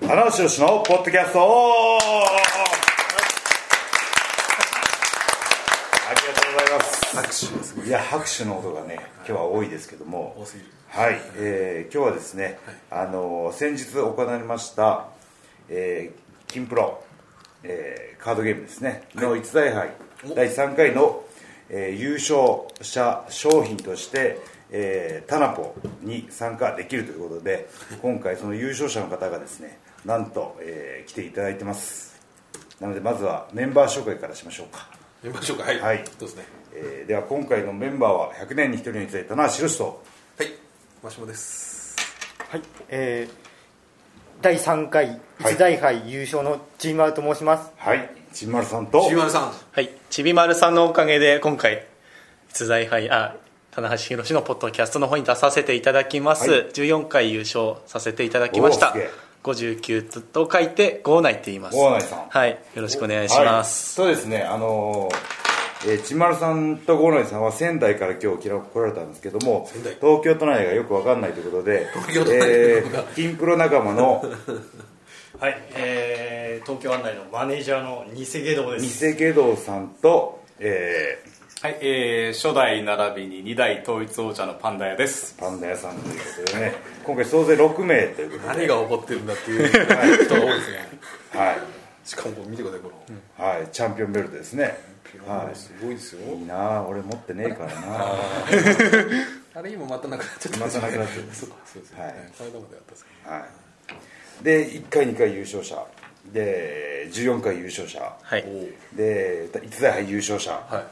棚橋宏のポッドキャストオフありがとうございます拍手ですいや拍手の音がね今日は多いですけども、多すぎるはい、えー今日はですね、あのー先日行われました、えー、金プロ、えーカードゲームですね、の逸材杯お第3回の、えー優勝者商品として、えータナポに参加できるということ で今回その優勝者の方がですねなんと、えー来ていただいてますなのでまずはメンバー紹介からしましょうかメンバー紹介ははいいそうですねえーでは今回のメンバーは100年に1人について棚橋宏とはいマシモですはい、えー、第3回一大杯優勝のチームアウと申します。はいちんまるさんとちびまるさんはい、ちびまるさんのおかげで今回逸材杯あ棚橋宏のポッドキャストの方に出させていただきます、はい14回優勝させていただきましおーたすげえ59と書いて郷内って言います郷内さんはいよろしくお願いします、はい、そうですねあのーえー、ちんまるさんと五内さんは仙台から今日来られたんですけども仙台東京都内がよくわかんないということで東京都内がえよくわかんないー、金プロ仲間のはい、えー、東京案内のマネージャーのニセゲドウで偽す。外道さんと、えはい、えー、初代並びに2代統一王者のパンダ屋ですー、パンダ屋さんということでね今回総勢6名ということで何が起こってるんだっていう人が多いですねはい しかもこう見てくださいこのはい、チャンピオンベルトですね。はい、すごいですよいいなあ、俺持ってねえからな。はあれ今またなくなっちゃったまたなくなっちゃった そうかそうですねはいこの間までやったんですけい。で、一回、二回優勝者。で、十四回優勝者。はいどおで、逸材杯優勝者。おはい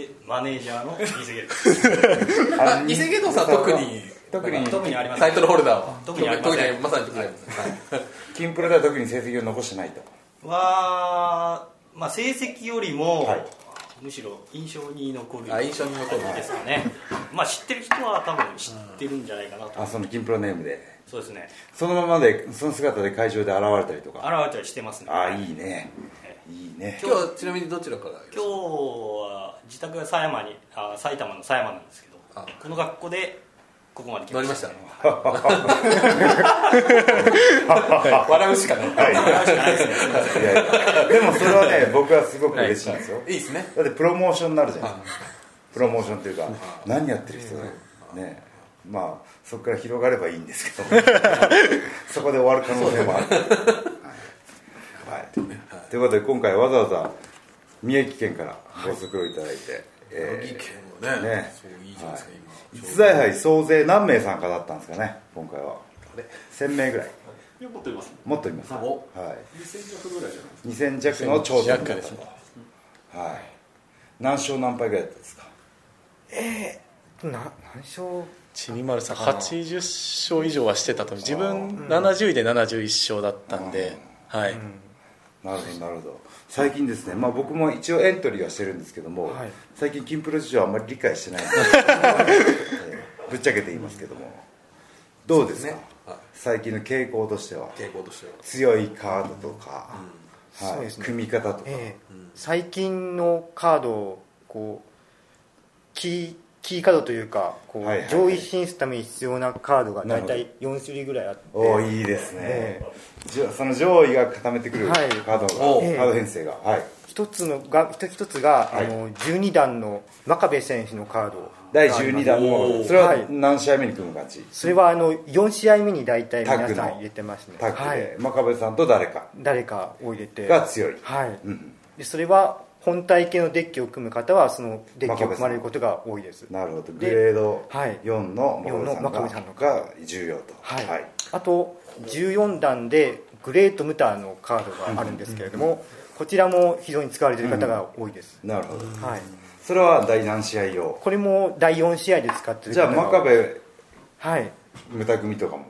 で、マネージャーのニセゲドウです。あ偽芸能さん 特に特に特にありませタんイ。トルホルダーは特にありません特にまさに特にありませんはい金プラでは特に成績を残してないと。は、まあ成績よりも、はいむしろ印象に残る。あ印象に残るですかね。まあ知ってる人は多分知ってるんじゃないかなと。あ、その金プラネームで。そうですね。そのままで、その姿で会場で現れたりと現か。れたりしてますね。あ、いいね。いいね。今日はちなみにどちらから今日は自宅が狭山に、あ、埼玉の狭山なんですけどあ、この学校でここまで来乗まりまししたたね。笑うしかないはい。いやいやでも、それはね、僕はすごく嬉しいんですよ。いいですねだってプロモーションになるじゃんプロモーションというか何やってる人だよねえまあそこから広がればいいんですけ どそこで終わる可能性もあるはいはいということで今回わざわざ宮城県からご足労いただいていいえ県ーはねねそういいじゃないですかえ逸材杯総勢何名参加だったんですかね今回は1000名ぐらいいや、持ってます。もっといます今はおい2000弱の頂点だったとはい何勝何敗ぐらいだったんですかな何勝ちびまるさん80勝以上はしてたと思う自分70位で71勝だったんで、はい、なるほどなるほど最近ですね、まあ、僕も一応エントリーはしてるんですけども、はい最近金プロ事情はあんまり理解してないので、え ーぶっちゃけて言いますけどもどうですかそうですねはい最近の傾向としては傾向としては強いカードとか、はいそうですね組み方とか、えー最近のカードをこうキーキーカードというかこう、はいはいはい上位進出のために必要なカードがなる大ほど体4種類ぐらいあっておおいいですね、じゃその上位が固めてくるカはいードが、おーカード編成がはい一つのが一つ一つが、はいあの12段の真壁選手のカード第12弾おのーそれははい何試合目に組む感じ、それはあの4試合目に大体タッ皆グさんの入れてますねタッグはで、い、真壁さんと誰か誰かを入れてが強いはい、うんでそれは本体系のデッキを組む方はそのデッキを組まれることが多いですなるほどグレードはい4の四の真壁さんが真壁が重要とはい、あと14段でグレートムターのカードがあるんですけれども、こちらも非常に使われている方が多いです、なるほどはい、それは第何試合用これも第4試合で使っているじゃあ方が真壁はいムタ組とかも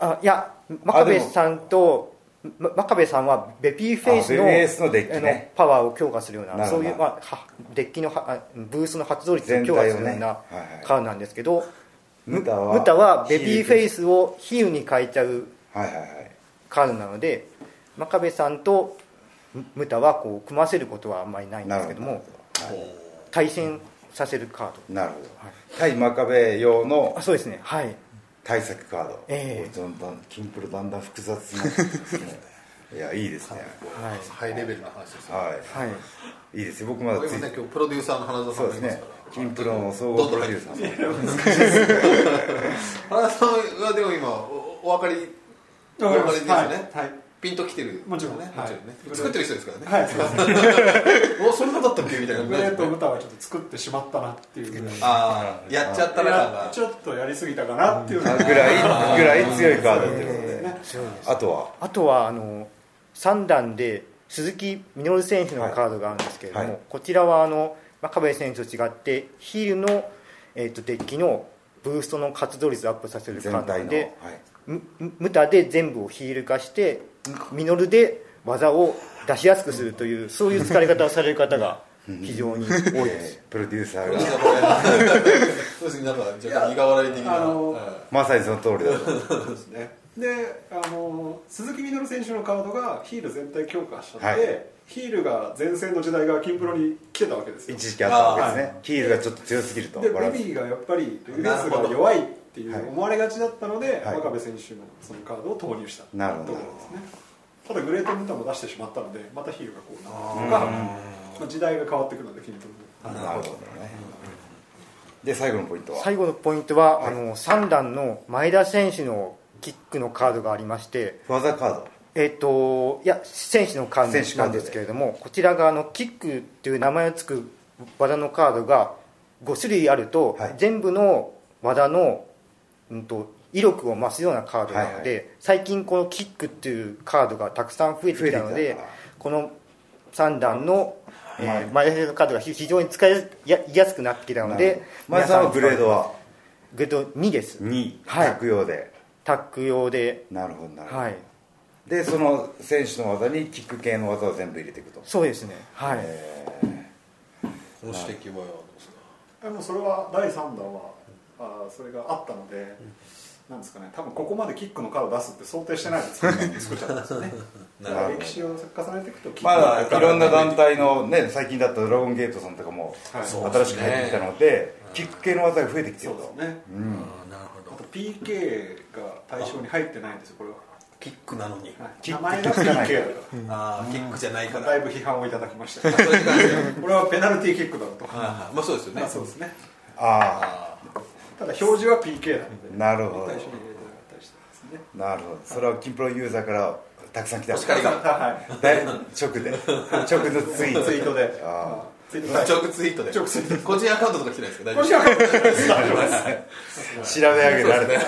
あいや真壁さんとま真壁さんはベビーフェイスのあベビーフェイスのデッキねあのパワーを強化するようななるほそどういう、まあ、はデッキのはあブースの発動率を強化するよ全う体をねはないはいカードなんですけど、ムタはムタはベビーフェイススを比喩に変えちゃうはいはいはいカードなので真壁さんとムムタはこう組ませることはあんまりないんなでるほすけどども対戦させるカードなるほど対真壁用のあそうですねはい対策カード、ええどんどんキンプルだんだん複雑になってきます ねいやいいですねはいハイレベルな話ですよはい、はいい、いですよ僕まだこれつもいね今日プロデューサーの花澤さそんうがですねいますからキンプロの総ど合んプどんロデ入ュっーてサー花澤さんはでも今おお分かりお分かりですよねはいピンときてるもちろんねはもいちろんね作ってる人ですからねはい、そうですね。おそんなだったっけみたいなグレート歌はちょっと作ってしまったなっていうぐらい。ああやっちゃったらなんいやかちょっとやりすぎたかなっていうのもがぐらいぐらい強いカードっていうことで、ね強いですあとはあとはあの3段で鈴木稔選手のカードがあるんですけれども、はいはいこちらはあの、まあ、壁選手と違ってヒールの、えー、とデッキのブーストの活動率をアップさせるカ全ードな体のの、ではいむむ無駄で全部をヒール化してミノルで技を出しやすくするというそういう使い方をされる方が非常に多いでえすープロデューサーどうがですかこれそうですねなんか若干苦笑い的あなのはまさにその通りだとそうですねであの鈴木みのる選手のカードがヒール全体強化しちゃって、はいヒールが前線の時代が金プロに来てたわけですよ一時期あったわけですね、ヒールがちょっと強すぎるとでバランベスビーがやっぱりレフなェンるスほどが弱いっていはいう思われがちだったので、はい真壁選手のそのカードを投入したなるほどところですねただグレートムタも出してしまったのでまたヒールがこうなったとか、まあ、時代が変わってくるので金プロもなるほどねで最後のポイントは最後のポイントは、あの3段の前田選手のキックのカードがありまして技カードえっといや選手のカー選手ドカーなドんでですけれどもこちらがあのキックという名前をつく技のカードが5種類あると、はい全部の技の、うん、と威力を増すようなカードなので、はい最近このキックっていうカードがたくさん増えてきたの増えてきでたからこの3段の、えー前田選手のカードが非非常に使いややすくなってきたので前田さんはグレードははグレード2です2はい着用で、タック用でなるほどなるほど、はいでその選手の技にキック系の技を全部入れていくとそうですねはい、えいこの指摘はどうですかでもそれは第3弾はあーそれがあったので、なんですかね多分ここまでキックのカード出すって想定してないですよね作っちゃったんですよねだから歴史を重ねていくとキーまックだいろんな団体のね最近だったドラゴンゲートさんとかもはい新しく入ってきたので、キック系の技が増えてきてそるうでとすねなるほあと PK が対象に入ってないんですよこれはキックなのに名前が PK だからああキックじゃないからだいぶ批判をいただきましたそれって感じだよこれはペナルティーキックだろうとはいはいまあそうですよねまあそうですねあただ表示は PK なんあでなるほ対ど象に入れてなかったりしてますねなるほどそれはキンプロユーザーからたくさん来たお叱りがはいで直で直のツイートツイートであツイートで直ツイートで直ツイー個人アカウントとか来てないですか大丈こ夫れじゃああ調べ上げられてない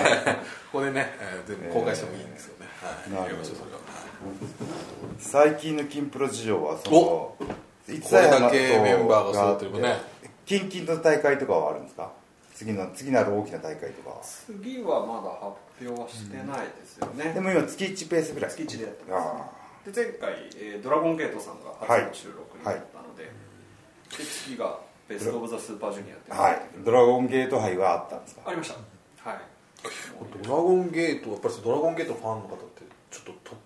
ここでねえー全部公開してもいいんですよねはいなやるりほまどしょうそれは最近のキンプロ事情はそのいつこれだけメンバーが揃ってるとねキンキンの大会とかはあるんですか次の次なる大きな大会とかは次はまだ発表はしてないですよねでも今月1ペースぐらい月一でやってますあで前回、えードラゴンゲートさんが初の収録になったので,、で次がベスト・オブ・ザ・スーパージュニアってあいうのがはいドラゴンゲート杯はあったんですあかりましたはいドラゴンゲートやっぱりドラゴンゲートファンの方ってちょっととと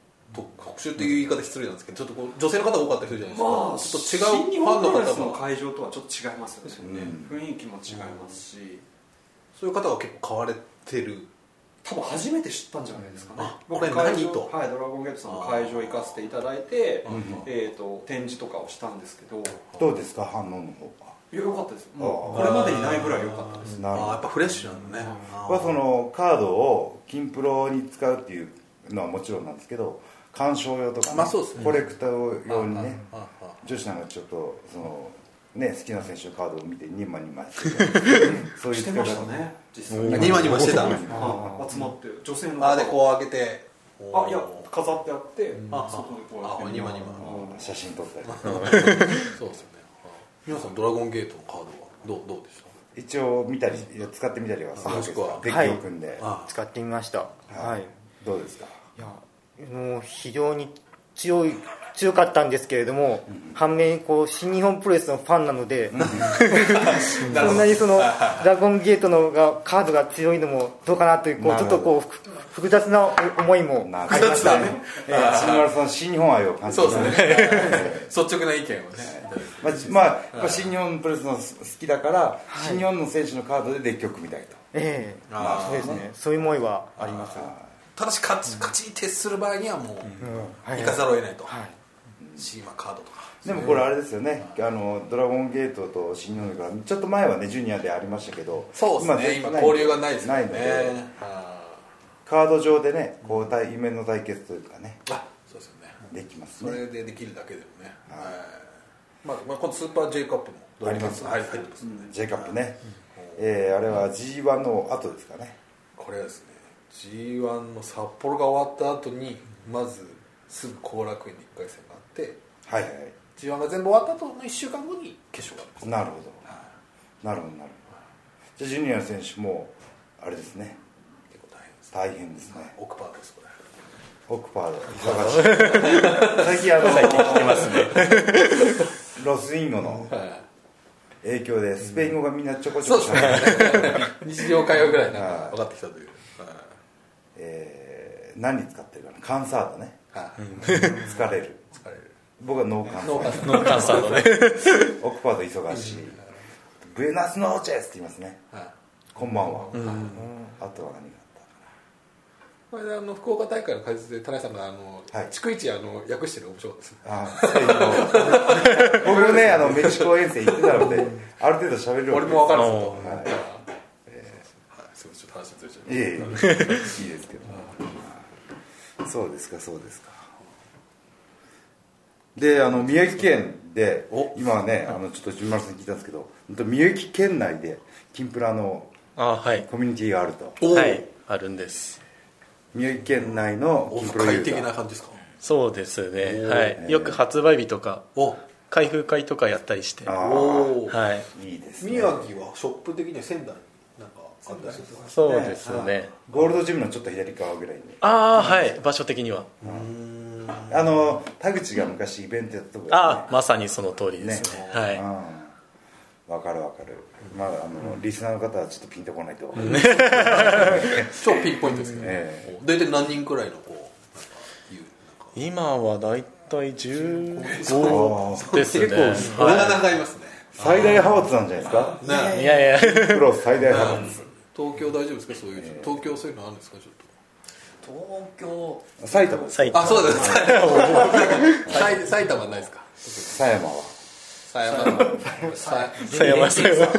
特殊っていう言い方失礼なんですけどちょっとこう女性の方多かった人じゃないですか、まあちょっと新違日うファ本ンプのロレスの方が会場とはちょっと違いますよね雰囲気も違いますしそういう方が結構買われてる多分初めて知ったんじゃないですかねあ僕これ会何場とはい、ドラゴンゲートさんの会場行かせていただいてうん、えー、と展示とかをしたんですけどどうですか反応の方はいや良かったですもうあこれまでにないぐらい良かったですなるほあどーやっぱフレッシュなのね、あーはそのカードをキンプロに使うっていうのはもちろんなんですけど鑑賞用とかね、まあそうですねコレクター用にねあああ女子なんかちょっとその、ね、好きな選手のカードを見て2枚2枚してそういうし使ていま方したね実際あニマニマしてたあはい集まって女性の方ーでこう上げてあいやおー飾ってあって、あ外にこうやあってあニマニうんマ写真撮ったりとか そうですよねあー皆さんドラゴンゲートのカードはどうどうでした一応見たり使ってみたりはするわけですかあデッキを組んで、あ使ってみましたはい、い、どうですかやもう非常に強い強かったんですけれども、反面こう新日本プロレスのファンなので、そんなにそのドラゴンゲートのがカードが強いのもどうかなというこうなちるほどょっとこうふ複雑な思いもなるあほりどましたねえー新丸さん新日本愛を感じてそうまですね率直な意見をねまあじまあ、やっぱ新日本プロレスの好きだから、新日本の選手のカードでデッキを組みたいとええあーそうですねそういう思いはありますただし勝ち勝ちに徹する場合にはもうはい行かざるを得ないとはいシーマカードとかでもこれあれですよねあのドラゴンゲートと新日本からちょっと前はねジュニアでありましたけどそうですね絶今対交流がないですもんないねのであカード上でねこう対面の対決というかねーあそうですよねできますそねれでできるだけでもねはいまあまあこのスーパー J カップもありますはい入ってますんで J カップね、えーあれは G1 の後ですかねこれはですね G1 の札幌が終わった後にまずすぐ後楽園で1回戦があってはいはい G1 が全部終わった後の1週間後に決勝があるんですなるほどなるほどなるほどじゃあジュニアの選手もあれですね結構大変です大変ですね奥パートですこれオクパード忙しい 最近あの最近聞きますねロスインゴの影響でスペイン語がみんなちょこちょそうこです喋るね日常会話ぐらいなんはかい分かってきたというはいえー何に使ってるかなカンサードねはい疲れる疲れる僕はノーカンサー脳幹ノーカンサー ドね。ドオクパード忙しいブエナスノーチェスって言いますねはいこんばんは、あとは何があっこれであの福岡大会の解説で田中さんがあの、はい逐一あの訳してるの面白かったですねたあスペイン語僕ねあのメキシコ遠征行ってたのである程度喋れるわけ俺ですも分かるあぞのと、はいはいすごいちょっと話ずれちゃいまいしえいえいいですけどそうですかそうですかであの宮城県でお今はねあのちょっと純丸さんに聞いたんですけど本当宮城県内できんぷらのあはい。コミュニティがあるとおーはい。あるんです。宮城県内のおきんぷらユ快適ーザなー感じですかそうですね。おはーい。よく発売日とか、お開封会とかやったりして。はあおーい。いいですね宮城はショップ的には仙台になんかあったりするんですかそうですね。ゴールドジムのちょっと左側ぐらいにああ、はい。場所的には。あの田口が昔イベントやったとこですねああ、まさにその通りですね。はい。うんわかるわかるまだあのリスナーの方はちょっとピンとこないと超ピンポイントですけど、えね、大体何人くらいのこうなんかいう今はだいたい15 15です結ねなんかなはかなかいますね最大派閥なんじゃないですかねい、いやいやプロ最大派ね閥東京大丈夫ですかそういう東京そういうのあるんですかちょっ東京埼玉埼とあ玉そうです埼埼玉ないですか狭山は狭山狭狭山さんは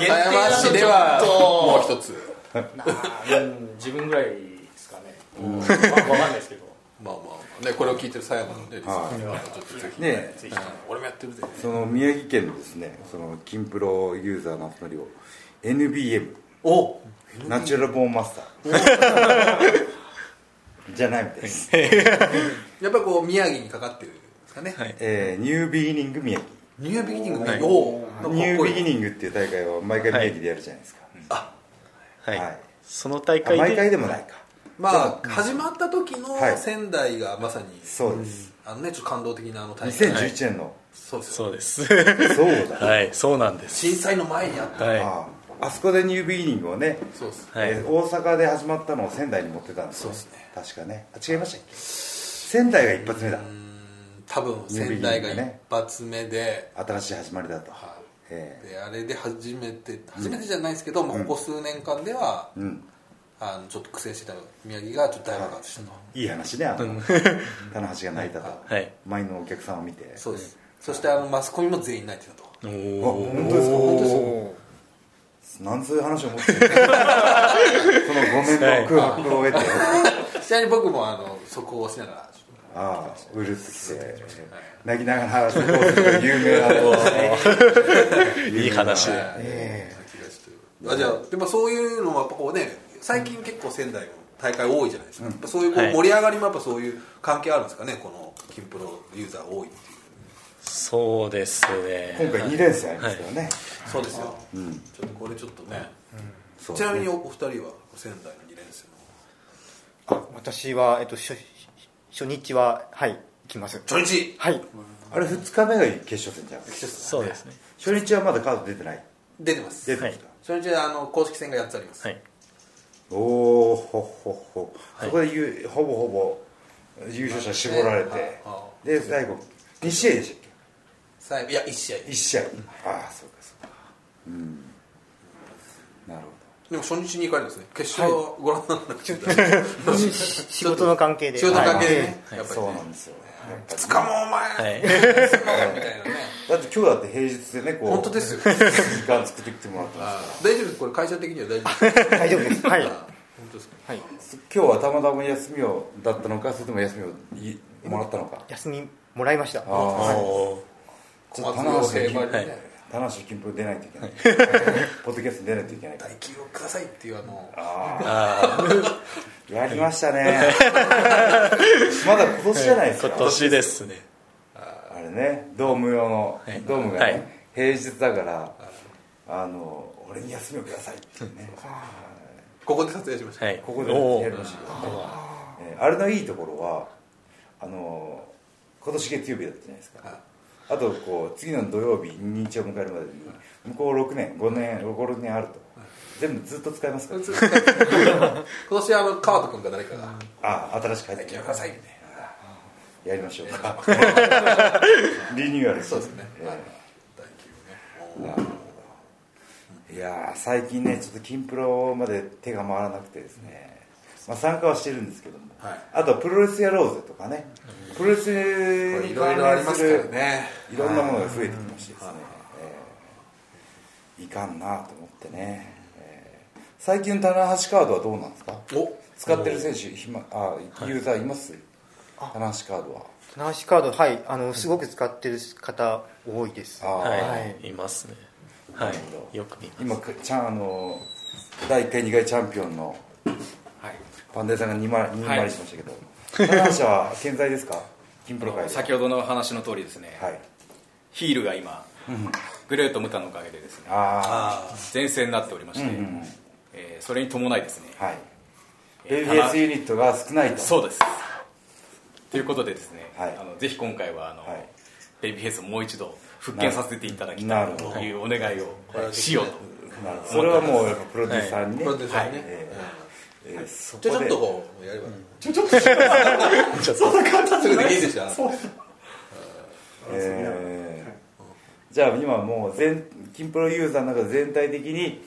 限定山だと市ではもう一つうん自分ぐらいですかね、わわかんないですけどまあまあねこれを聞いてる狭山のねリスナーの方ちょっとぜひねねえぜひ俺もやってるぜその宮城県のですねその金プロユーザーの集まりを NBM おナチュラルボーンマスター じゃないみたい です、やっぱりこう宮城にかかってるんですかねはいえーニュービギニング宮城ニュービギニングはねいおニュービギングニングっていう大会を毎回宮城でやるじゃないですか、はい、はいその大あ毎回会ででもないかまあ始まった時のはい仙台がまさにそうですあのねちょっと感動的なあの大会2011年の、そうですよそうです そうだ、はいそうなんです震災の前にあったはあああそこでニュービギニングをね、そうですい、はいえー大阪で始まったのを仙台に持ってたんですよ、そうですね確かねあ違いましたっけ仙台が一発目だ多分仙台が一発目で新しい始まりだと、はいえであれで初めて初めてじゃないですけど、まあここ数年間では、えうんあのちょっと苦戦してた宮城がちょっと大爆発したと、いい話ねあの棚橋が泣いたと、 はい前のお客さんを見てそうです、そしてあのマスコミも全員泣 いてたとあおー本当ですか本当ですおかなんそういう話を持ってるこの5年の空白を得て、ちなみに僕もあのそこをしながらちょっああうるってきて泣きながら話してこうする有名な話 い い話とではい泣きがちというあじゃあで、まあ、そういうのもやっぱこうね最近結構仙台も大会多いじゃないですか、やっぱそういうこうはい盛り上がりもやっぱそういう関係あるんですかねこの金プロユーザー多いっていうそうですね今回2連戦ありますからね、そうですよ、ちょっとこれちょっとね、そうちなみにおお二人は仙台の2連戦の私は、えっと、初初日ははいきます初日はいあれ2日目が決勝戦じゃんそうですね初日はまだカード出てない出てます出てますか、それじゃあの公式戦が8つあります、はいおおほほほ、そこでゆほぼほぼ優勝者絞られて、ねああで最後2試合でしたっさあいや1試合け1試合、ああそうかそうかうんなるほでも初日に行かれるんですね決勝はご覧にならなくて、仕事の関係で仕事の関係ではいね、どやっぱりそうねなんですよ、やっぱりつかもお前、はいみたいなねだって今日だって平日でねこう本当ですよ時間作ってきてもらったんです大丈夫ですこれ会社的には大丈夫です大丈夫ですはいあ本当ですかはい今日はたまたま休みをだったのかそれとも休みをいもらったのか休みもらいましたああ小松洋平バリでね田無金峰出ないといけない ポッドキャスト出ないといけないか大企業くださいっていうあのらやりました ねまだ今年じゃないですか今年ですねあれねドーム用の、はいドームがね、はい平日だからあの俺に休みをくださいっていうねここで撮影しました、はいここでやりましたけどえーあれのいいところはあのー今年月曜日だったじゃないですかあとこう次の土曜日に日曜を迎えるまでに向こう6年5年56年あると全部ずっと使えますから 今年あの川戸君か誰かがあ新しく「入って大き企業くたださい」みたいやりましょうか リニューアルなそうですね、えはいー大企業ねいやー最近ねちょっと金プロまで手が回らなくてですね、まあ、参加はしてるんですけども、はいあとはプロレスやろうぜとかねプロレスこれにいろい関ろあり連ますすからるねいろんなものが増えてきましてですね、えーいかんなと思ってね、えー最近の棚橋カードはどうなんですかお使ってる選手暇あユーザーいます、棚橋カードはナーシカードはいあのすごく使ってる方多いですあーはいいますねはなるほいどよく見ます今ちゃんあの第1回2回チャンピオンのはいパンデさんが2マリ2マリしましたけど、高橋は健在ですか金プロ会で 先ほどの話の通りですね、はいヒールが今グレートムタのおかげでですねあ前線になっておりまして、うんうんえーそれに伴いですね、あはいベイビースユニットが少ないとそうですということでですね、はいあのぜひ今回はあの、はいベイビーフェイスをもう一度復権させていただきたなるいほどというお願いをしようと、なるほどそれはもうやっぱプロデューサーにね、プロデューサーにね、えーえーそこじでゃあちょっととこうやればいい、ちょちょっとそ んな簡単すぐできるでしょそうえーじゃあ今もう全金プロユーザーの中で全体的に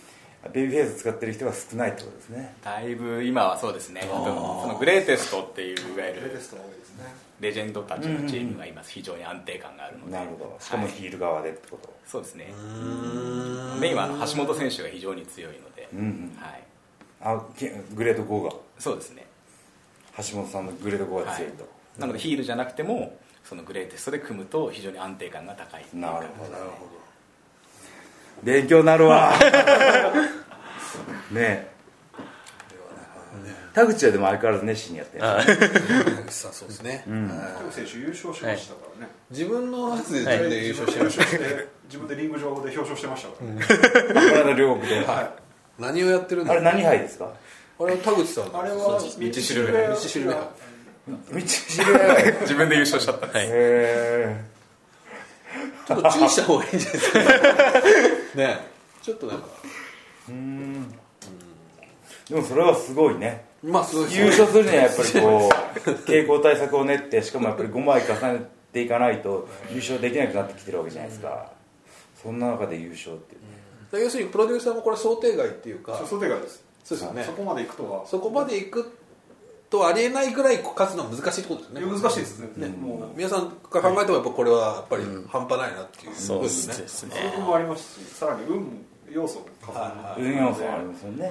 ベイビーフェイス使ってる人が少ないってことですねだいぶ今はそうですねそのグレーテストっていういわゆテるストが多いですねレジェンドたちのチームが今非常に安定感があるので、なるほどしかもヒール側でってこと、そうですねで今橋本選手が非常に強いので、んはい、あけグレード5がそうですね橋本さんのグレード5が強いと、はいなのでヒールじゃなくてもそのグレーテストで組むと非常に安定感が高いなるほど勉強になる わねえ田口はでも相変わらず熱心にやってるさそうですね、田口選手優勝しましたからね、自分のやつで自分で優勝してまし優勝して自分でリング上で表彰してましたから、ねこの間両国であた何をやってるんだれ何杯ですかあれは田口さんあれは道しるべ道しる道知りべ合いへ自分で優勝しちゃったんです、えちょっと注意した方がいいんじゃないですかねちょっとなんかでもそれはすごいねまあすごい優勝するにはやっぱりこう傾向対策を練ってしかもやっぱり5枚重ねていかないと優勝できなくなってきてるわけじゃないですかそんな中で優勝っていうね要するにプロデューサーもこれ想定外っていうかそう想定外です、そうですよねそこまで行くとはそこまでいくとありえないぐらい勝つのは難しいってことですね難しいですねもう皆さんが考えてもやっぱこれはやっぱり半端ないなっていうそうこでとすねそこもありますしさらに運も要素も重なる運要素ありますよね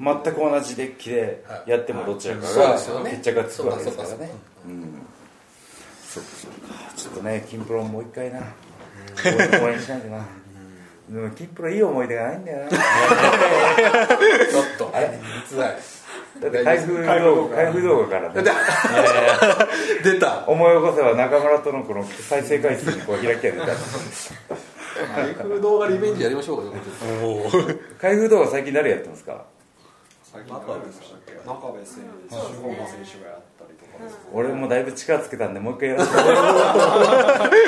全く同じデッキでやってもどちらかそうがですよね決着がつくわけですからそうかねうんそうかそうかちょっとね金プロもう一回な応援しないとなでも金プロいい思い出がないんだよなちょっとあれ実在だって開封動画開封動画からね出た思い起こせば中村とのこの再生回数にこう開きが出た開封動画リベンジやりましょうか開封動画最近誰やってますか最近中部選手中部選手がやったりとか俺もだいぶ力つけたんでもう一回やる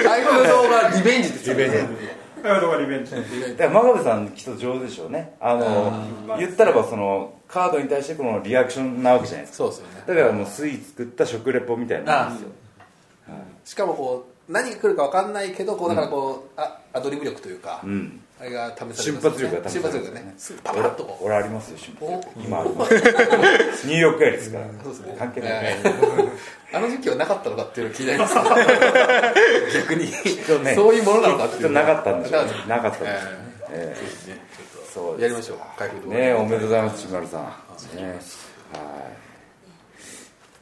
最後の動画リベンジって言ってたよねあとはリベンジだから真壁さんきっと上手でしょうねあの言ったらばそのカードに対してこのリアクションなわけじゃないですかそうですよねだからもうスイーツ作った食レポみたいなあしかもこう何が来るか分かんないけどこうだからこう、あアドリブ力というか、うんあれが試されます瞬発力が試瞬され発る力がねすぐパパッとこう俺ありますよ瞬発力お今ありますニューヨーク帰りですからそうですね関係ないえ ーあの時期はなかったのかっていうの気になり ます逆にとねそういうものなのかっきてっいとうのはなかったんでしょうねなかっなかったんたでしょうえねーええそうでやりすましょう回復動画ねえおめでとうございますちむまるさん、ねは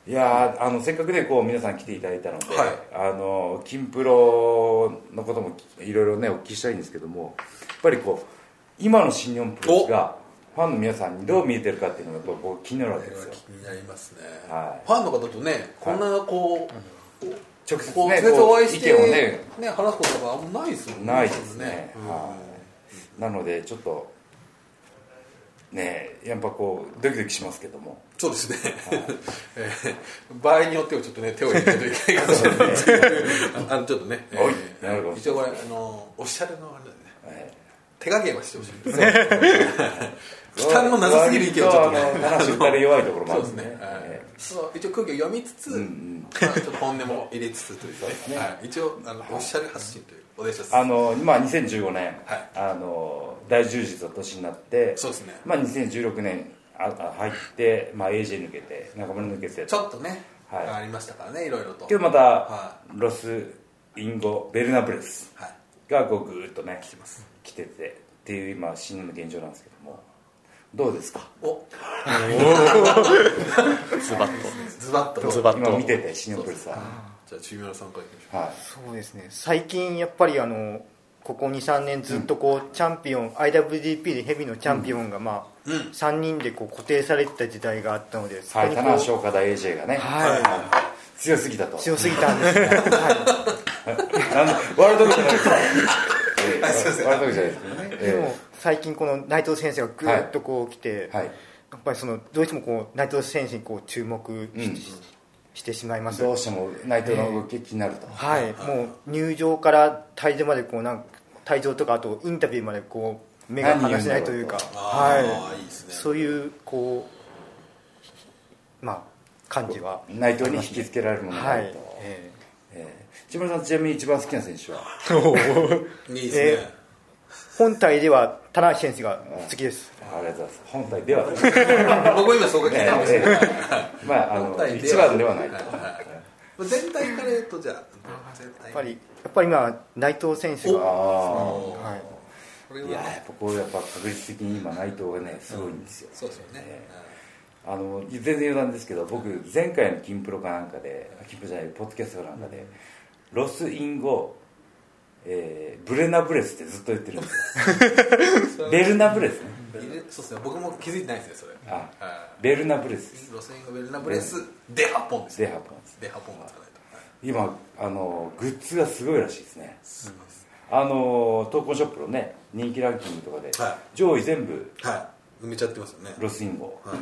い、いやーあのせっかくねこう皆さん来ていただいたので、はいあの金プロのこともいろいろねお聞きしたいんですけどもやっぱりこう今の新日本プロレスがファンの皆さんにどう見えてるかっていうのがやっぱ僕気になるわけでこれすはよ気になりますね、はいファンの方とねこんなこう、直接こうね直接お会いしてこう意見をねね話すことがあんまないですもんねないですねうんはいなのでちょっとねえやっぱこうドキドキしますけどもそうですね、 えー場合によってはちょっとね手を入れないといけないかもしれないあのちょっとね、えーおいなるほど一応これあのオフィシャルのあれだよねえ手加減はしてほしいですね 負担のなさすぎる意見をちょっとね割あの話打たれ弱いところもあそうるでんすね、はいええそう一応空気を読みつつ、まあちょっと本音も入れつつというねはい、一応あのオフィシャル発信というお願いしますあのまあ、2015年、はいあの大充実の年になってそうですねまあ、2016年ああ入って、まあ、AJ 抜けて中村抜けてちょっとね、はいありましたからねいろいろとけどまた、はロスインゴベルナブレスはいがこうぐーっとね来ててっていう今新の現状なんですけどもどうですかお ズバッとズバッとズバッと今見てて新のプレスは、じゃあ中村さんからいきましょはそうですね最近やっぱりあのここ23年ずっとこう、チャンピオン IWGP でヘビのチャンピオンが、まあ3人でこう固定されてた時代があったのでい、そこはい、にこう棚橋岡田 AJ がね、は強すぎたとい、強すぎたんですね、はなんでワールドカップじゃないですかええワールドカップじゃないですかい、ええでも最近この内藤先生がぐーっとこう来て、はいやっぱりそのどうしてもこう内藤選手にこう注目し,、うんしてしまいますどうしても内藤の動きが気になると、はい、もう入場から退場までこうなんか退場とかあとインタビューまでこう目が離せないというかうあはあいいいですねそういうこうまあ感じは内藤に引きつけられるものがあはるいと、、ええー千村さんちなみに一番好きな選手はいいですね、ー 本体では棚橋選手が好きですありがとうございます本体ではない、僕も今そこが聞いたんですえけど、ー まああ本体のでは一番ではないと、全体から言うとじゃあ全体やっぱりやっぱり今内藤選手が、あはい、これあはいややっぱこうやっぱ確率的に今内藤がねすごいんですよ、そうですよね、あの全然余談ですけど僕前回の金プロかなんかで金プロじゃないポッドキャストかなんかでロスインゴ、えーブレナブレスってずっと言ってるんです よベルナブレスねうん入れそうですね僕も気づいてないですねそれあはベルナブレスですい路線がベルナブレスデハポンですでねハポンですデハポンがつかないとはい今あのグッズがすごいらしいですねすごいですねあの投稿ショップのね人気ランキングとかで、は上位全部はい埋めちゃってますよねロスインゴはい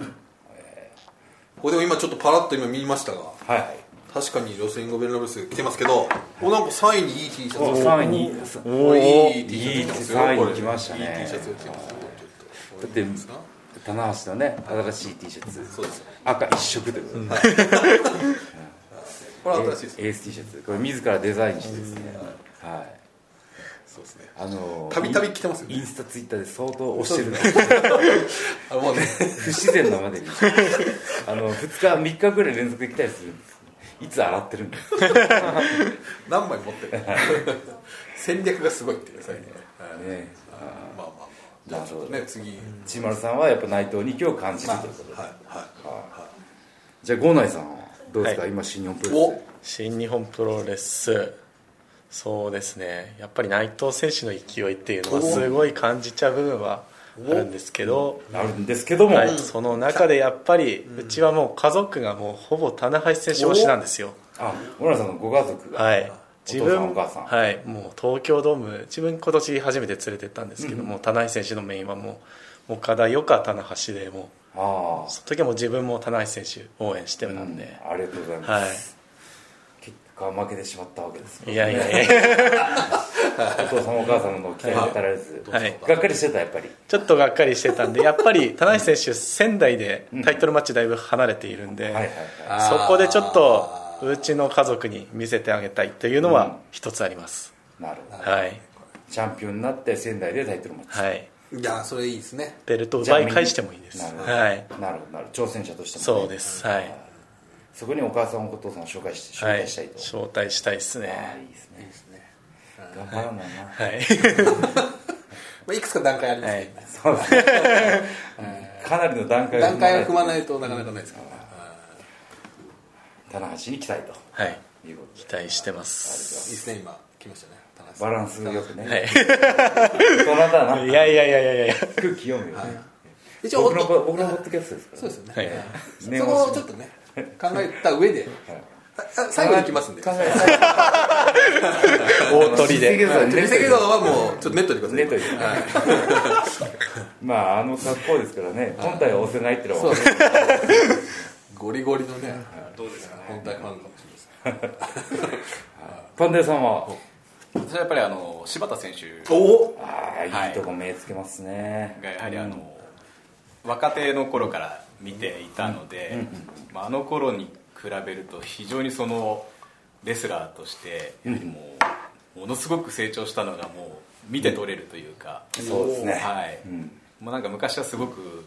これでも今ちょっとパラッと今見ましたがはい、確かに路線ゴベルナブレス来てますけどおなんか3位にいい T シャツお3位においい T シャツいい着てますよ3位こにれ来ましたねいい T シャツ着てますよちょっとだってこれいいですか棚橋のね新しい T シャツそうですよ赤一色ということで、これは新しいですエース T シャツこれ自らデザインしてですねはいそうですねあのたびたび着てますよねインインスタツイッターで相当押してるのあもうね 不自然なまでにあの2日3日ぐらい連続で来たりするんですいつ洗ってるんですかね何枚持ってる 戦略がすごいっていうね最近ねはいまあまあまあじゃあちょっとね次千丸さんはやっぱ内藤に今日感じるということで、はいはいじゃあ、郷内さんはどうですか、はい今、新日本プロおレ新日本プロレスそうですねやっぱり内藤選手の勢いっていうのはすごい感じちゃう部分はあるんですけど、スあるんですけども、はい、その中でやっぱりうちはもう家族がもうほぼ棚橋選手推しなんですよあ小村さんのご家族が、はいお父さん、お母さん、はい、もう東京ドーム自分今年初めて連れてったんですけども、棚橋選手のメインはもう岡田よか棚橋でもうあその時はもう自分も棚橋選手応援してあ、たんうで、んありがとうございます、は結果負けてしまったわけですいけいどやいやいや お父さんお母さんの期待に当たらず、はいがっかりしてたやっぱりちょっとがっかりしてたんでやっぱり棚橋選手仙台でタイトルマッチだいぶ離れているんで、はいはいはいそこでちょっとうちの家族に見せてあげたいというのは一つあります、なるほどはいチャンピオンになって仙台でタイトルマッチはいいやそれいいですねベルトを奪い返してもいいですなるほど、はいなるほどなるほど挑戦者としてもね、そうですはい、そこにお母さんお父さんを紹介して紹はい、介したいと、招待したいですああいねいですね頑張らないな、はいまあいくつか段階ありますけどねそうですねかなりの段階段階を踏まいないとなかなかないですからね棚橋に期待はいということで期待してまいいすですね今来ましたね田中さんバランスよくね、はい大人だないやいやいやいやいや空気読むよね、一応僕のおっと僕のポッドキャストですからそうですよねねそこをちょっとね考えた上でああ最後に来ますんで考え考え大鳥で実績はいだテレねセゲドはもうちょっとネットでくださいネットでまああの格好ですからね本体は押せないってのそうはそうゴリゴリのねどうですか本体ファンかもしれないですパンデさんはそれはやっぱりあの柴田選手おああはいいいとこ目つけますねがやはりあの、若手の頃から見ていたので、まあ、あの頃に比べると非常にそのレスラーとしてやはりもうものすごく成長したのがもう見て取れるというか、そうですねはいうんもうなんか昔はすごく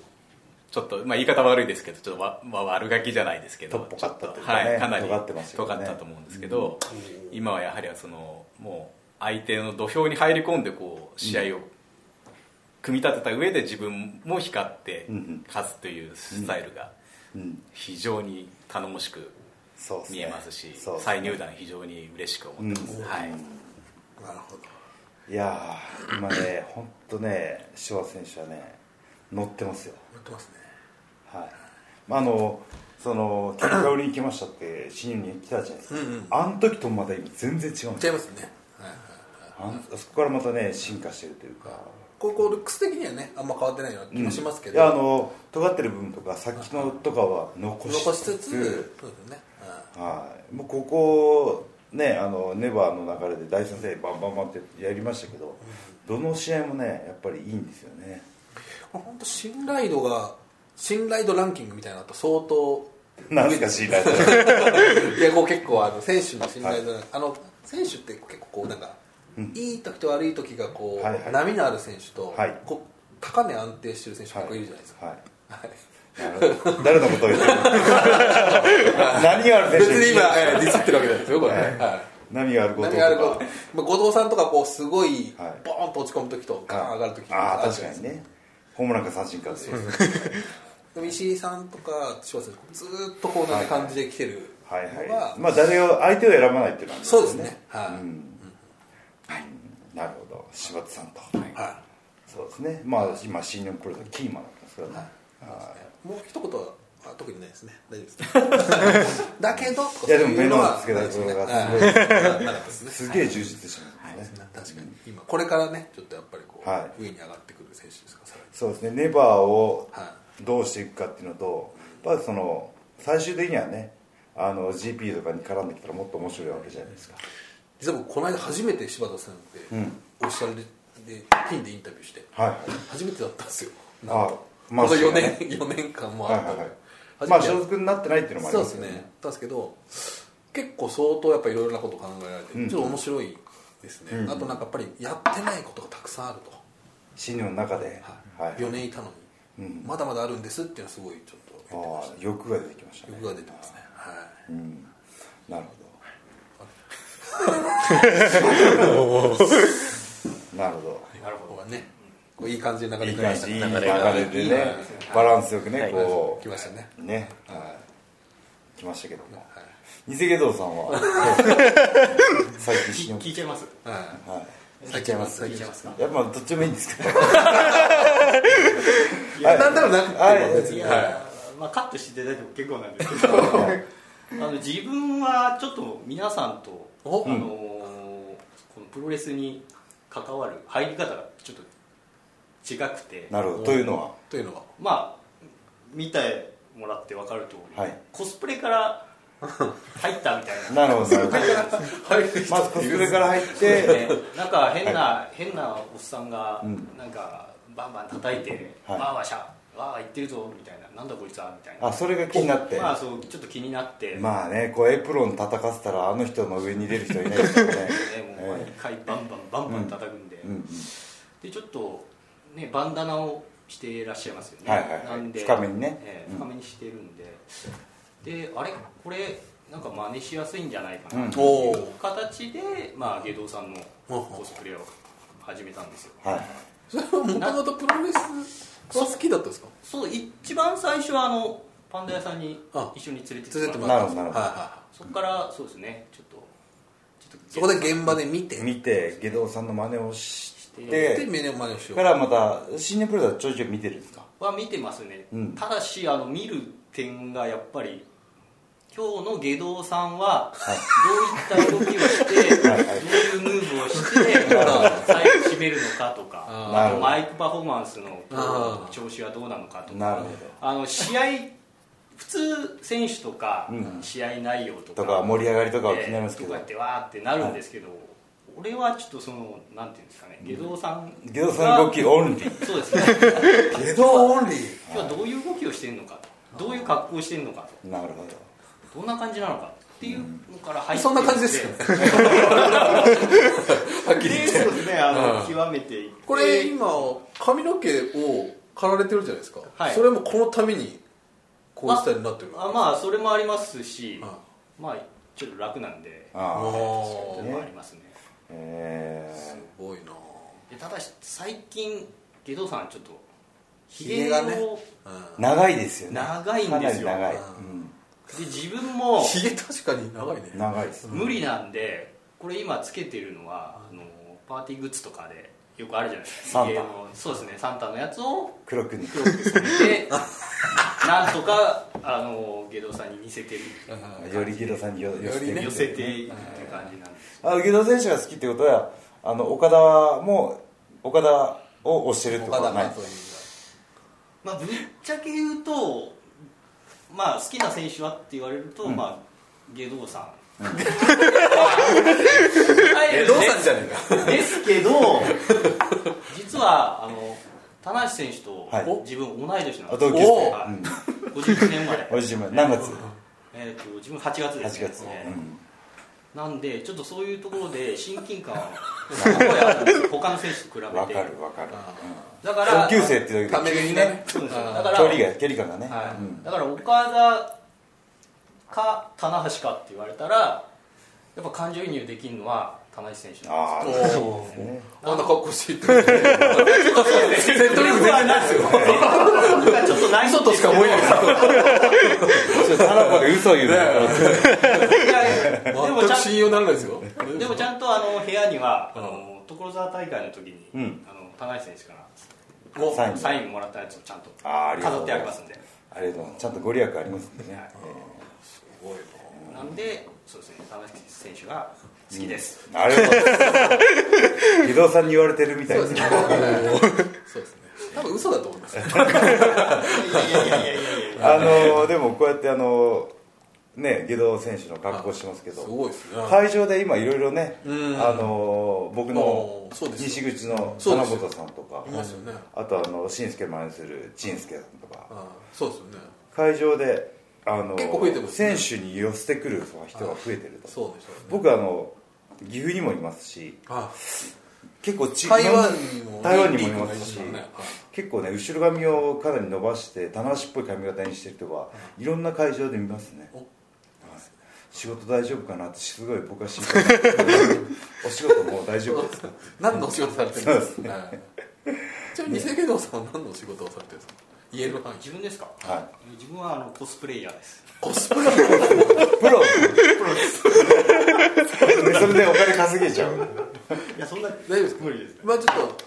ちょっと、まあ、言い方悪いですけどちょっとわ、まあ、悪ガキじゃないですけどとっぽかったというかねはい、かなり尖ってましたよね尖ったと思うんですけど、今はやはりはそのもう相手の土俵に入り込んでこう試合を組み立てた上で自分も光ってうんうん勝つというスタイルがうん非常に頼もしくそうですね見えますし、そうですね再入団非常に嬉しく思ってます、うんはい、なるほどいやー今ね本当ね柴田選手はね乗ってますよやってますねはい、まあ、あのその結果売りに来ましたって新入に来たじゃないですか、あの時とまだ今全然違うんですちゃいよますねはいはいあんあそこからまたね進化してるというかこうこうルックス的にはねあんま変わってないような気もしますけいやあどの尖ってる部分とかさっきのとかは残し残しつつつそうですねはい、もうここねあのネバーの流れで第3戦バンバンバンってやりましたけど、どの試合もねやっぱりいいんですよね本当信頼度が信頼度ランキングみたいなのと相当懐かしいなといやこう結構あの選手の信頼度、あの選手って結構こうなんか、いい時と悪い時がこう、はいはい波のある選手と、はいこう高値安定してる選手結構いるじゃないですか、はいはいなるほど誰の ことを言ってる何がある別選手に今、えーディスってるわけじゃないですよこれ、はい何があること波とがあるこかと、まあ、後藤さんとかこうすごい、はいボーンと落ち込む時とガーン上がる時とああるじ確ゃなかいですにねホームランか三振かっていうでも石井さんとか柴田選手ずーっとこう同じ感じで来てるのはが、いはいまあ誰を相手を選ばないっていうのはありますそうよですね、はい、うんなるほど柴田さんとは、そうですねまあ今新日本プロレスのキーマンなんですけどねはいもう一言はあ特にないですね大丈夫ですだけどいやでもそうう目ののは付けどころがなすごいでいすねはいなかったですねいすげえ充実してますね確かに今これからねちょっとやっぱりこう、は上に上がってくる選手ですからさらにそうですねネバーをはどうしていくかっていうのとやっぱりその最終的にはねあの GP とかに絡んできたらもっと面白いわけじゃないですか実は僕この間初めて柴田さんって、んオフィシャルででピンでインタビューしてはい初めてだったんですよあこの4そうね年4年 間もはいあっはいたの、はい初まめあて所属になってないっていうのもありそうまですすけどねなんですけど結構相当やっぱいろいろなこと考えられて、ちょっと面白いですね、あとなんかやっぱりやってないことがたくさんあると、新日本の中で、はい4年いたのに、まだまだあるんですっていうのはすごいちょっとああ欲が出てきましたね欲が出てますね、はいうんなるほど なるほどなるほどここはねこういい感じで流れいいてきま感したじねいい流流れがれでいい流ねれバランスよくね、はいこ来ましたねうね、はい、来ましたけども、はいニセゲドウさんは 最近しの聞いちゃいますはいは入っちゃいます入っちゃいますいやっぱどっちもいいんですけどやなんだろうなくても別いにや、まあカットしていただいても結構なんですけど あの自分はちょっと皆さんと、あおのーこのプロレスに関わる入り方がちょっと違くてなるほどというのはというのはまあ見てもらって分かるとおり、はいコスプレから入ったみたいな なるほどなるほど入る人まずコスプレから入っでてなんか変な、変なおっさんがうんなんかバンバン叩いて、はいわーわーしゃわー言ってるぞみたいななんだこいつはみたいなあそれが気になってまあそうちょっと気になって、まあねこうエプロン叩かせたらあの人の上に出る人いないですよねね、もう毎回バンバンバンバン叩くんで、うんうんでちょっと、ね、バンダナをしていらっしゃいますよね、はいはいはいなんで深めにねええうん深めにしてるんで、であれこれなんか真似しやすいんじゃないかうなんっていう形で、まあ、下道さんのコスプレを始めたんですよはいもともとプロレスは好きだったんですかそう一番最初はあのパンダ屋さんにあ一緒に連れて連れ行てってももららっったんなるですかほどはいはてそこからそうですねちょっとちょっいとそこで現場で見て見て下道さんの真似をしでて目の真似をしようからまた新日本プロレスはちょいちょい見てるんですかは見てますね、うんただしあの見る点がやっぱり今日の下道さんはどういった動きをして、はいどういうムーブをして最後締めるのかとかあーあのマイクパフォーマンスのあー調子はどうなのかとなるかほどあの試合普通選手とかうん試合内容とか,、とか盛り上がりとかは気になりますけとどかってわーってなるんですけど、俺はちょっとそのなんていうんですかね下道さんが下道さんの動きオンリーそうですね下道オンリー今日はどういう動きをしてるのかとどういう格好をしてるのかなるほどとどんな感じなのかっていうのから入ってそんな感じですよねね はっきり言ってそうですねあの極めていってこれ今髪の毛を刈られてるじゃないですか、はいそれもこのためにこういうスタイルになってるあまあそれもありますしあまあちょっと楽なんであああそーれもありますねえすごいなでただし最近下道さんちょっとひひげげがねをー長いですよね長いんかなでりすよ長いうんで自分もひげ確かに長いねうん長いです無理なんでこれ今つけてるのはあのパーティーグッズとかでよくあるじゃないですサンかタひげのそうですねサンタのやつを黒 く塗って黒く染めてなんとかあの下道さんに似せてるより下道さんに寄寄せてよりね寄せていくっていう感じなんですあ下道選手が好きってことはあの岡田も岡田を推してるってこと岡は田な監い督にまあぶっちゃけ言うとまあ好きな選手はって言われると、まあ下道さん、 えどうしたんじゃねえかですけど実はあの棚橋選手とはい自分同い年なんです、あ同級生おはいうん、51年前おじむ何月えー、と自分8月です8ね月えうーんなんでちょっとそういうところ で親近感はすごいあるんですよ他の選手と比べわてかるわかるだから同級生って時ためにる急ににねねそうですよあーだか距ら離が距離感がねはいうんだから岡田か棚橋かって言われたらやっぱ感情移入できるのは棚橋選手なんああおそうおですねあんな格好していって る説得力全然ないで すよですがちょっと内緒嘘としか思えないちょっと田中が嘘を言うのでも全ちくゃ信用ならないですよんでもちゃんとあの部屋にはあの所沢大会の時に、うんあの棚橋選手からおサインサインもらったやつをちゃんとあーありがとう飾ってありますんであれだちゃんとご利益ありますんでねえなんでそうですね田中選手が好きです、ーありがとうございます下道さんに言われてるみたいそうでですすねね そうですね多分嘘だと思いますいやいやいやいやいやいやあのでもこうやってあのね下道選手の格好してますけどすごいですね会場で今いろいろね、うんあのー僕のあーそうです西口のそう金で本すさんとかいますよねあとあの新助真似する陳助さんとかあーそうですよね会場で、あのー結構増えてますね選手に寄せてくる人が増えてるとそうでしょうね僕あの岐阜にもいますしあ結構ち台湾にも台湾にリもンいクがまありますししたねはい結構ね後ろ髪をかなり伸ばして棚橋っぽい髪型にしてる人はいろんな会場で見ますね、おはい仕事大丈夫かなってすごい僕は心配してるお仕事もう大丈夫ですか何のお仕事されてるんですかはいちなみに偽芸能さんは何のお仕事をされてるんですか言える範囲自分ですか、は自分はあのコスプレイヤーですコスプレプロでそれでお金稼げちゃういやそんな大丈夫ですか無理ですまあちょっと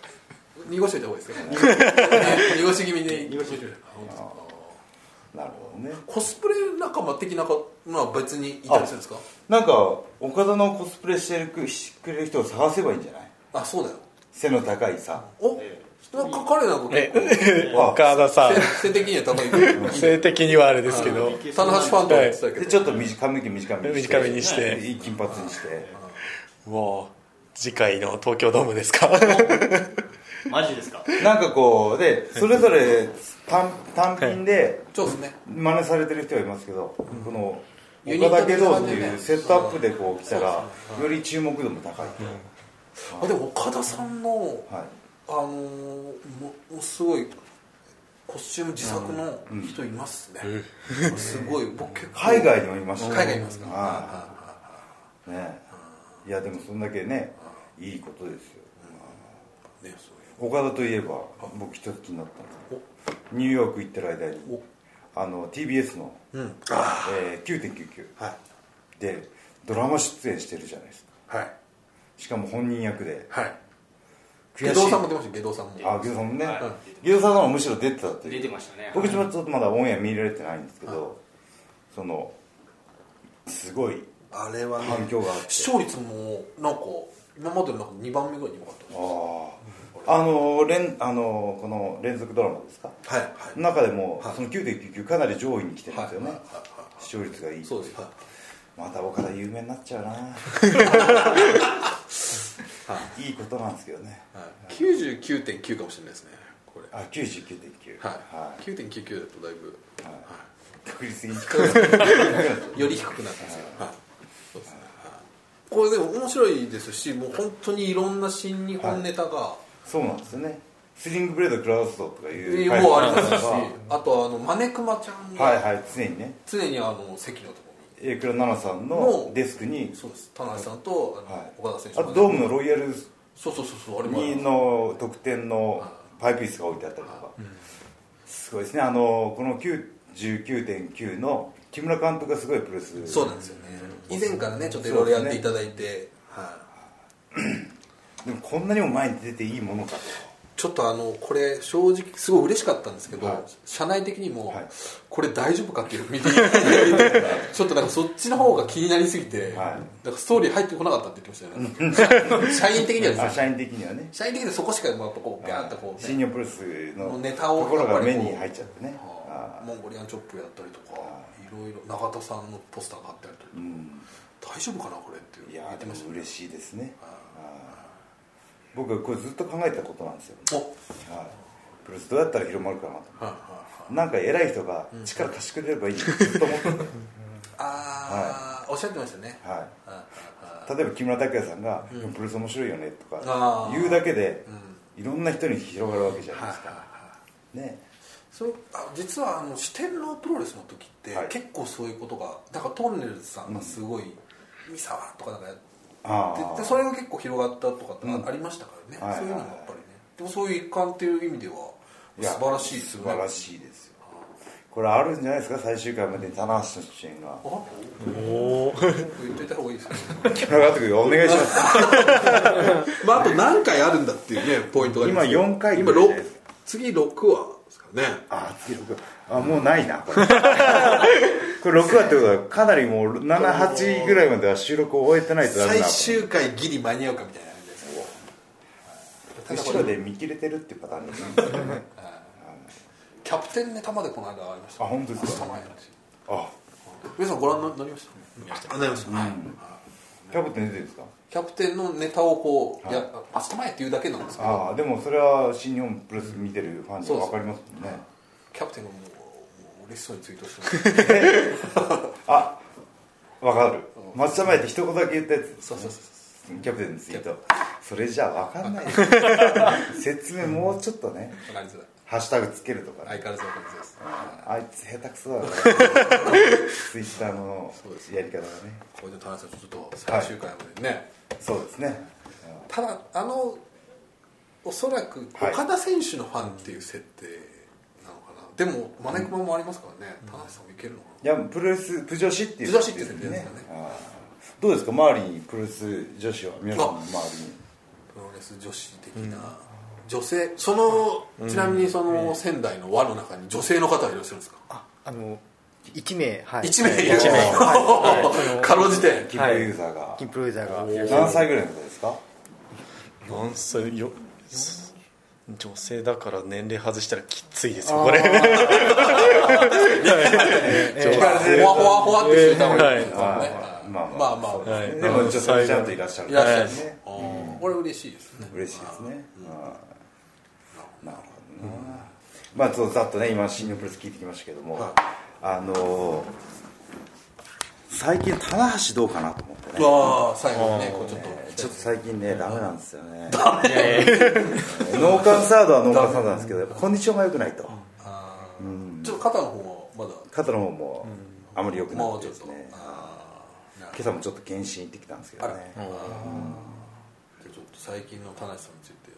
濁しといた方がいいですか濁し気味で濁しといなるほどねコスプレ仲間的な方は別にいたりするんですかなんか岡田のコスプレしてるくしてくれる人を探せばいいんじゃないあそうだよ背の高いさおええなんか彼なんか結岡田さん構 性性的にはたまに性的にはあれですけど 棚橋ファンとは言ってたけでどちょっと短髪の毛短めにして短めにしてで金髪にしてもう次回の東京ドームですかマジですかなんかこうでそれぞれ単単品でそうですね真似されてる人はいますけどこのユニット岡田家堂ってみたいないうねセットアップでこう来たらより注目度も高いあでも岡田さんのはいあのー、ももうすごいコスチューム自作の人いますね、すごい僕結構海外にもいましたね海外いますかはあねいやでもそんだけねいいことですよねそう岡田といえば僕一つ気になったのがニューヨーク行ってる間にあの TBS の「んえー9.99」でドラマ出演してるじゃないですかはいしかも本人役ではい悔し下い道さんも出ました下道さんもあ下道さんもねはい下道さんの方がむしろ出てたっていう出てましたね僕ちょっとまだオンエア見られてないんですけどそのすごいあれはね反響があって視聴率もなんか今までの中で2番目ぐらいに良かったですあああの連あのこの連続ドラマですかはいはい中でも、はいその9.99かなり上位に来てるんですよね、はいはいはいはい視聴率がいいそうですはいまた岡田有名になっ ちゃうないいことなんですけどねはい99.9かもしれないですねこれあ99.9はい9.99だとだいぶ確率的により低くなってますよ、はいそうですねはいこれでも面白いですしもう本当にいろんな新日本ネタが、そうなんですよねスリングブレードクラウストとかいうもうありますしはあとあのマネクマちゃんいが、はい常にね常にあの席のところ A 倉奈々さんののデスクににそうです田中さんとあの、はい岡田選手あのとドームのロイヤルズそうそうそうそうあれもありにますの特典のパイプ椅子が置いてあったりとか、すごいですねあのこの99.9の木村監督がすごいプレスそうなんですよね以前からねちょっといろいろやっていただいて、はい、でもこんなにも前に出ていいものかちょっとあのこれ正直すごい嬉しかったんですけど、はい社内的にも、はいこれ大丈夫かっていう見てちょっとなんかそっちの方が気になりすぎて、はいなんかストーリー入ってこなかったって言ってましたよね社員的にはとあですね社員的にはね社員的にはそこしかやっぱこうビャーンとこう、新ね、日本プロレスのもうネタをところやがっぱり目こうに入っちゃってねあーモンゴリアンチョップやったりとかいろいろ永田さんのポスターがあったりとか、大丈夫かなこれっていういや言ーってでまもしたね嬉しいですねあー僕はこれずっと考えてたことなんですよ、おはい、プロレスどうやったら広まるかなとはいはいなんか偉い人が力貸してくれればいいってずっと思ってた、ああ、おっしゃってましたねはいはいはいはい例えば木村拓哉さんが「プロレス面白いよね」とかあー言うだけでいろんな人に広がるわけじゃないですはいはいかねそうあ実はあの四天王プロレスの時って、はい結構そういうことがだからトンネルズさんがすごい「三沢」とかなんかやってあであそれが結構広がったとかってあありましたからね、はいそういうのもやっぱりねでもそういう一環っていう意味では素晴らしいです素よね晴らしいですよこれあるんじゃないですか最終回までに棚橋の主演があ言っといた方がいいですね 木村監督お願いしますまああと何回あるんだっていうねポイントがありますけど今四回今ぐらい六です次6話ですからねあ次6あもうないなこれ これ6話ってことはかなりもう78ぐらいまでは収録を終えてないとダメ最な終回ギリ間に合うかみたいな感じですね後ろで見切れてるってパターンです ねキャプテンネタまでこの間ありましたあ本当ですか明日前のあ皆さんご覧になりましたなりました、はいキャプテン出てるんですかキャプテンのネタをこう、い、や明日前っていうだけなんですけどああでもそれは新日本プロレス見てるファンにそうはそう分かりますもんねキャプテンがもうもう嬉しそうにツイートしてますあ分かる松田前って一言だけ言ったやつ そうそうそうキャプテンのツイートそれじゃ分かん ない説明もうちょっとねそうわかりづらいハッシュタグつけるとか相ね変わらずわかりづらいですあいつ下手くそだ なツイッターのやり方がねこれで田中さんちょっと最終回までね、そうですねただあのおそらくはい岡田選手のファンっていう設定なのかな、でもマネクマもありますからね、田中さんもいけるのかいやプロレスプ女子っていうプ女子っていうねああどうですか周りにプロレス女子は皆さんの周りになプロレス女子的な、女性そのちなみにその仙台の輪の中に女性の方はいらっしゃるんですか、ああの1名はい一名いる一名はいかろうじてキップユーザーが金プロユーザーが何歳ぐらいの方ですか何歳よ女性だから年齢外したらきついですよこれ女ほわ性ほわほわってしてた方がいいですよねはいはいまあまあまあまあはいでもちょっとちゃんといらっしゃいるらっしゃはるねあーこれ嬉しいですね嬉しいですね、はいなるほどな、まあちょっとざっとね今新日本プロレス聞いてきましたけども、あのー最近棚橋どうかなと思ってねうわー最後にねこうちょっとちょっと最近ね、ダメなんですよ ね。ノーカンサードはノーカンサードなんですけど、やっぱコンディションが良くないと。あーちょっと肩の方はまだ肩の方もあまり良くなもくてうちょでっすとね。あーなるほど今朝もちょっと検診行ってきたんですけどね。じゃあちょっと最近の田無さんについて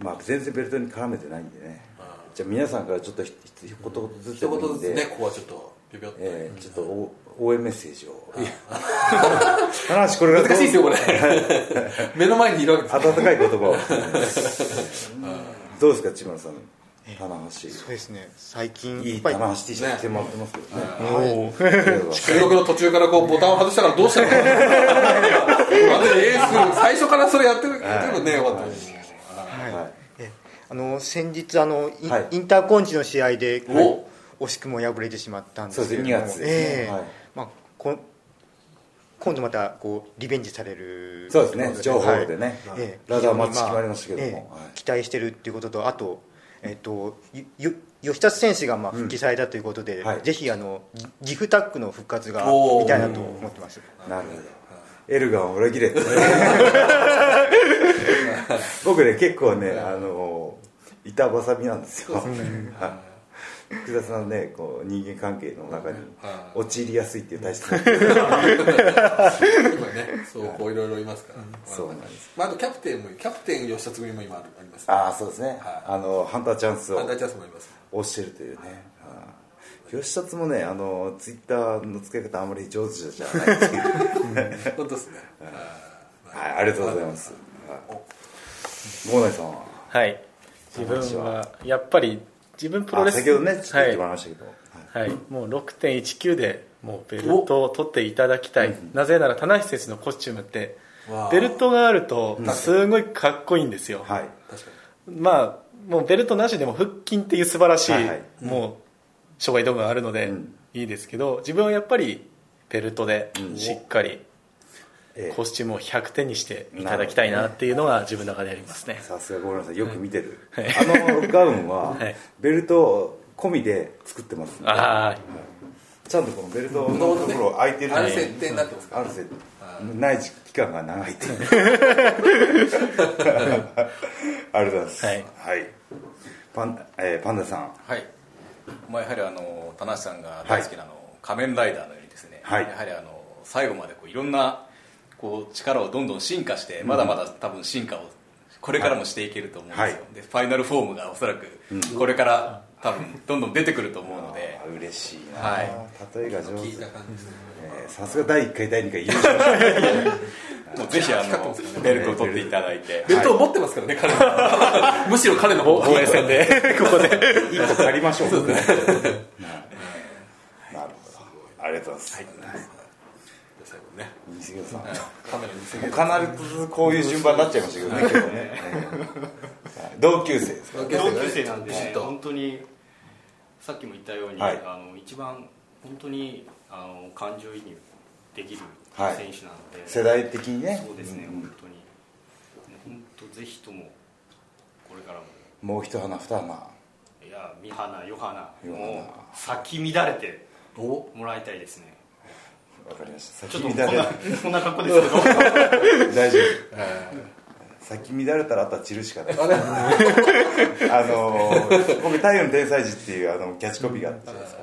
まあ全然ベルトに絡めてないんでねあ。じゃあ皆さんからちょっとひひひことずつで一もいい言んずつねで、ここはちょっとピピョッとえーちょっとお応援メッセージを。話これがどう難しいですよこれ目の前にいるわけです温かい言葉を。どうですか、千村さん。棚そうですね最橋。近いいいっぱい棚橋 T シャツ着てもらってますけどね。おーこれは収録の途中からこうボタンを外したからどうしたのかななんでエース最初からそれやってるやってるのねよかったですはいえあの先日あの、インはいインターコンチの試合でおこう惜しくも敗れてしまったんですけれどもそうですね2月ですねええはいまあ、こ今度またこうリベンジされるそうですねとい情こ報とでねはいええラダーマッチ非常に決まりましたけどもええはい期待してるっていうこととあと、えっとゆゆ吉田選手がまあ復帰されたということで、はいぜひあのギギフタックの復活がおー見たいなと思ってますなるほどエルガンを裏切 れって僕ね結構ねあの板挟みなんですよはい複雑なねこう人間関係の中にはい陥りやすいっていう体質なんで今ねそうこういろいろいますからそうなんですまああとキャプテンもキャプテン吉田つぐみも今あるありますああそうですねあのハンターチャンスをあ大チャンスもあります押してるというねはい吉達もねあのツイッターの使い方あんまり上手じゃないですけど本当ですねはいありがとうございますはい郷内さんははい自分はやっぱり自分プロあレス先ほどねちょっと言はっていもらいましたけど、はい、もう6.19でもうベルトを取っていただきたい、なぜなら棚橋選手のコスチュームってわあベルトがあるとすごいかっこいいんですよ、はい確かにまあもうベルトなしでも腹筋っていう素晴らしい、はいはいもう障害道具があるのでんいいですけど、自分はやっぱりベルトでしっかりえコスチュームを100点にしていただきたいなっていうのが自分の中でありますねえ、さすがごめんなさいよく見てる、はいあのガウンははいベルト込みで作ってます、ああちゃんとこのベルトのところ空いてるある設定になってますからある設定ない期間が長いっていうありがとうございますはいパンえーパンダさんはい、まあ、やはりあの田無さんが大好きなあの、仮面ライダーのようにですね、はいやはりあの最後までこういろんなこう力をどんどん進化して、まだまだ多分進化をこれからもしていけると思うんですよ、はいでファイナルフォームがおそらくこれから多分どんどん出てくると思うのであ、ー嬉しいな、は例えが上聞い手た感じですねえーさすが第1回第2回優勝もうぜひあのベルトを取っていただいてベルトを持ってますからね彼 はむしろ彼の方が戦でここで一個借りましょうねなるほどありがとうございます、最後ね西口さんカメラにせ必ずこういう順番になっちゃいましたけどね今日ねはい同級生ですか同級生なんで、ピシッと本当にさっきも言ったように、はいあの一番本当にあの感情移入できるはい選手なので、世代的にね そうですね、本当にね本当ぜひともこれからももう一花二花いや三花ヨハナヨハナもう咲き乱れておもらいたいですねわかりましたちょ先っとこ乱んなれ こんな格好ですけど大丈夫先乱れたらあとは散るしかない あのー僕「太陽の天才児」っていうあのキャッチコピーがあったじゃないですか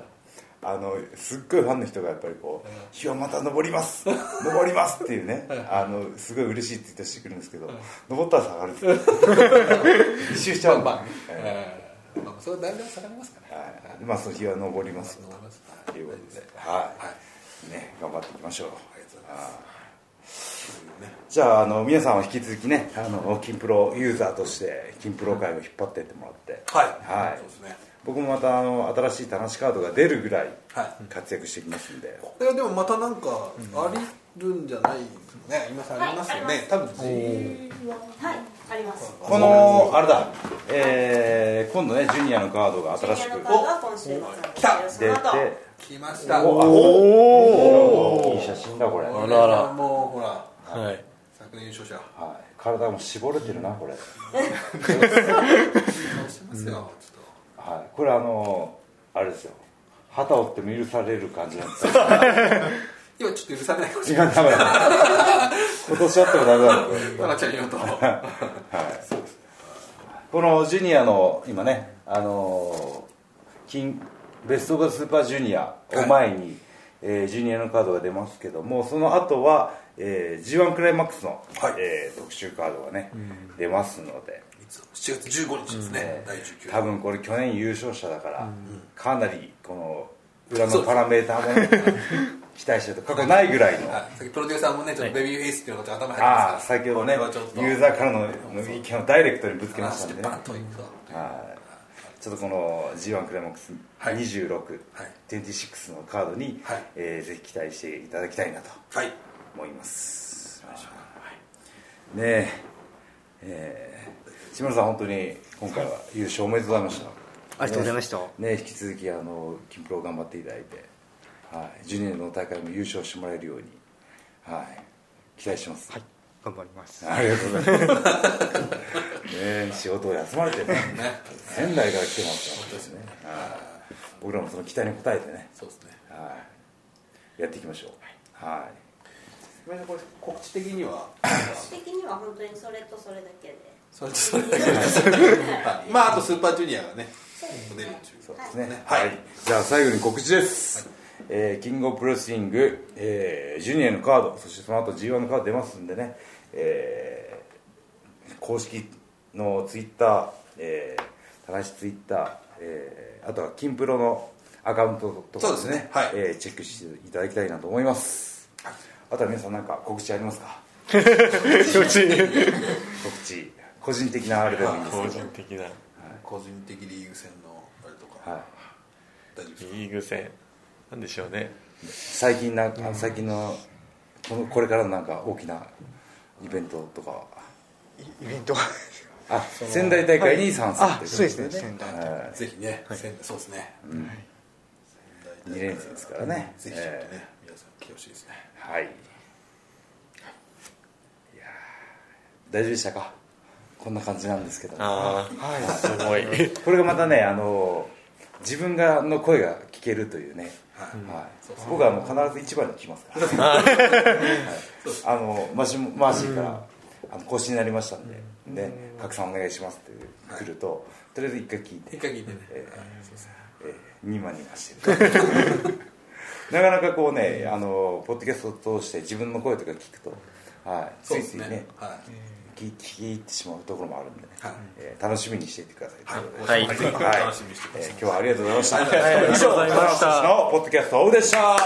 あのすっごいファンの人がやっぱりこう「日はまた昇ります昇ります」っていうねあのすごい嬉しいって言ったしてくるんですけど登ったら下がるんですよ 一周しちゃうんでまあまあえーまあそれは何でも下がりますからねはい、まあその日は登りますよ登りますということで、はい、ね、頑張っていきましょう。はいじゃああの皆さんは引き続きね、あの金プロユーザーとして金プロ界を引っ張っていってもらって、はいはいそうですね僕もまたあの新しい楽しカードが出るぐらいは活躍していきますんで、いやでもまたなんかありるんじゃないね今さんありますよね多分はい、あります。このあれだ、えー今度ねジュニアのカードが新新ししくくが今週末なんですよ出そのて後来ましたおあおいい写真だこれ、こはい、れはもうほらはい昨年優勝者体も絞れてるなこれ、倒してますよちょっはい、これあのあれですよ旗折っても許される感じなんですよ と今ちょっと許されないかもし時間ダメだ 今年あったらダメだこれ れないタナちゃん言うとこのジュニアの今ね、あのー金ベスト・オブ・スーパージュニアを前に、えージュニアのカードが出ますけどもその後は、えー G1 クライマックスの、えー特集カードがね、出ますので7月15日ですね第19多分これ去年優勝者だから、かなりこの裏のパラメーターもね、期待してると過去ないぐらいの。はい、さっきプロデューサーもね、ちょっとベビーフェイスっていうのがちょっと頭に入ってああますから、先ほどねこれはちょっとユーザーからの意見をダイレクトにぶつけま話したしてんでねバンといくと。はいちょっとこの G1 クライマックスはい26、はい26のカードに、はいえーぜひ期待していただきたいなとはい。思います、はいねええー、志村さん本当に今回は優勝おめでとうございましたありがとうございましたね引き続きあの金プロ頑張っていただいて、はい、ジュニアの大会も優勝してもらえるように、はい、期待してます、頑張りますありがとうございます。ねえ、仕事を休まれてね、仙台から来てますからですね。はい僕らもその期待に応えてね、そうですね。はいやっていきましょう。はごめんなさいこれ告知的には、私的には本当にそれとそれだけでそれとそれだけです。まあ、あとスーパージュニアがね、モデル中。い、ですね。はい、じゃあ最後に告知です。えーキングオブプロレスリング、えージュニアのカード、そしてその後 G1 のカード出ますんでね、えー公式のツイッター、えー、田橋ツイッター、えーあとは金プロのアカウントとかそうですねはいえーチェックしていただきたいなと思いますあとは皆さんなんか告知あります か告知個人的なあれでもいいんです個人的な個人的リーグ戦のあれとか、はい、大丈夫ですかリーグ戦なんでしょうね最近なあの最近のこのこれからのなんか大きなイベントとかはイベントはあ仙台大会に参戦あといそうですことね仙台はぜひね、仙台そうですね。い、2連戦ですからねぜひちょっとえね、皆さん来てほしいですね。ーはいいやー大丈夫でしたかこんな感じなんですけどああ、すごいこれがまたねあの自分がの声が聞けるというね、はい僕はもう必ず一番に聞きますから、はい、あのマシマーシーから、あの更新になりましたんで、ね、拡散お願いしますって来ると、とりあえず一回聞いて一回聞いてね。えーえーニマニマしてる なかなかこうねあのポッドキャストを通して自分の声とか聞くと、はい、そつういですついね。ねはい。聞き入ってしまうところもあるんでね、はいえー楽しみにしていてくださいということではいぜひ楽しみにしてくださえーい今日はありがとうございました。ありがとうございました以上、田中俊のポッドキャストオフでした。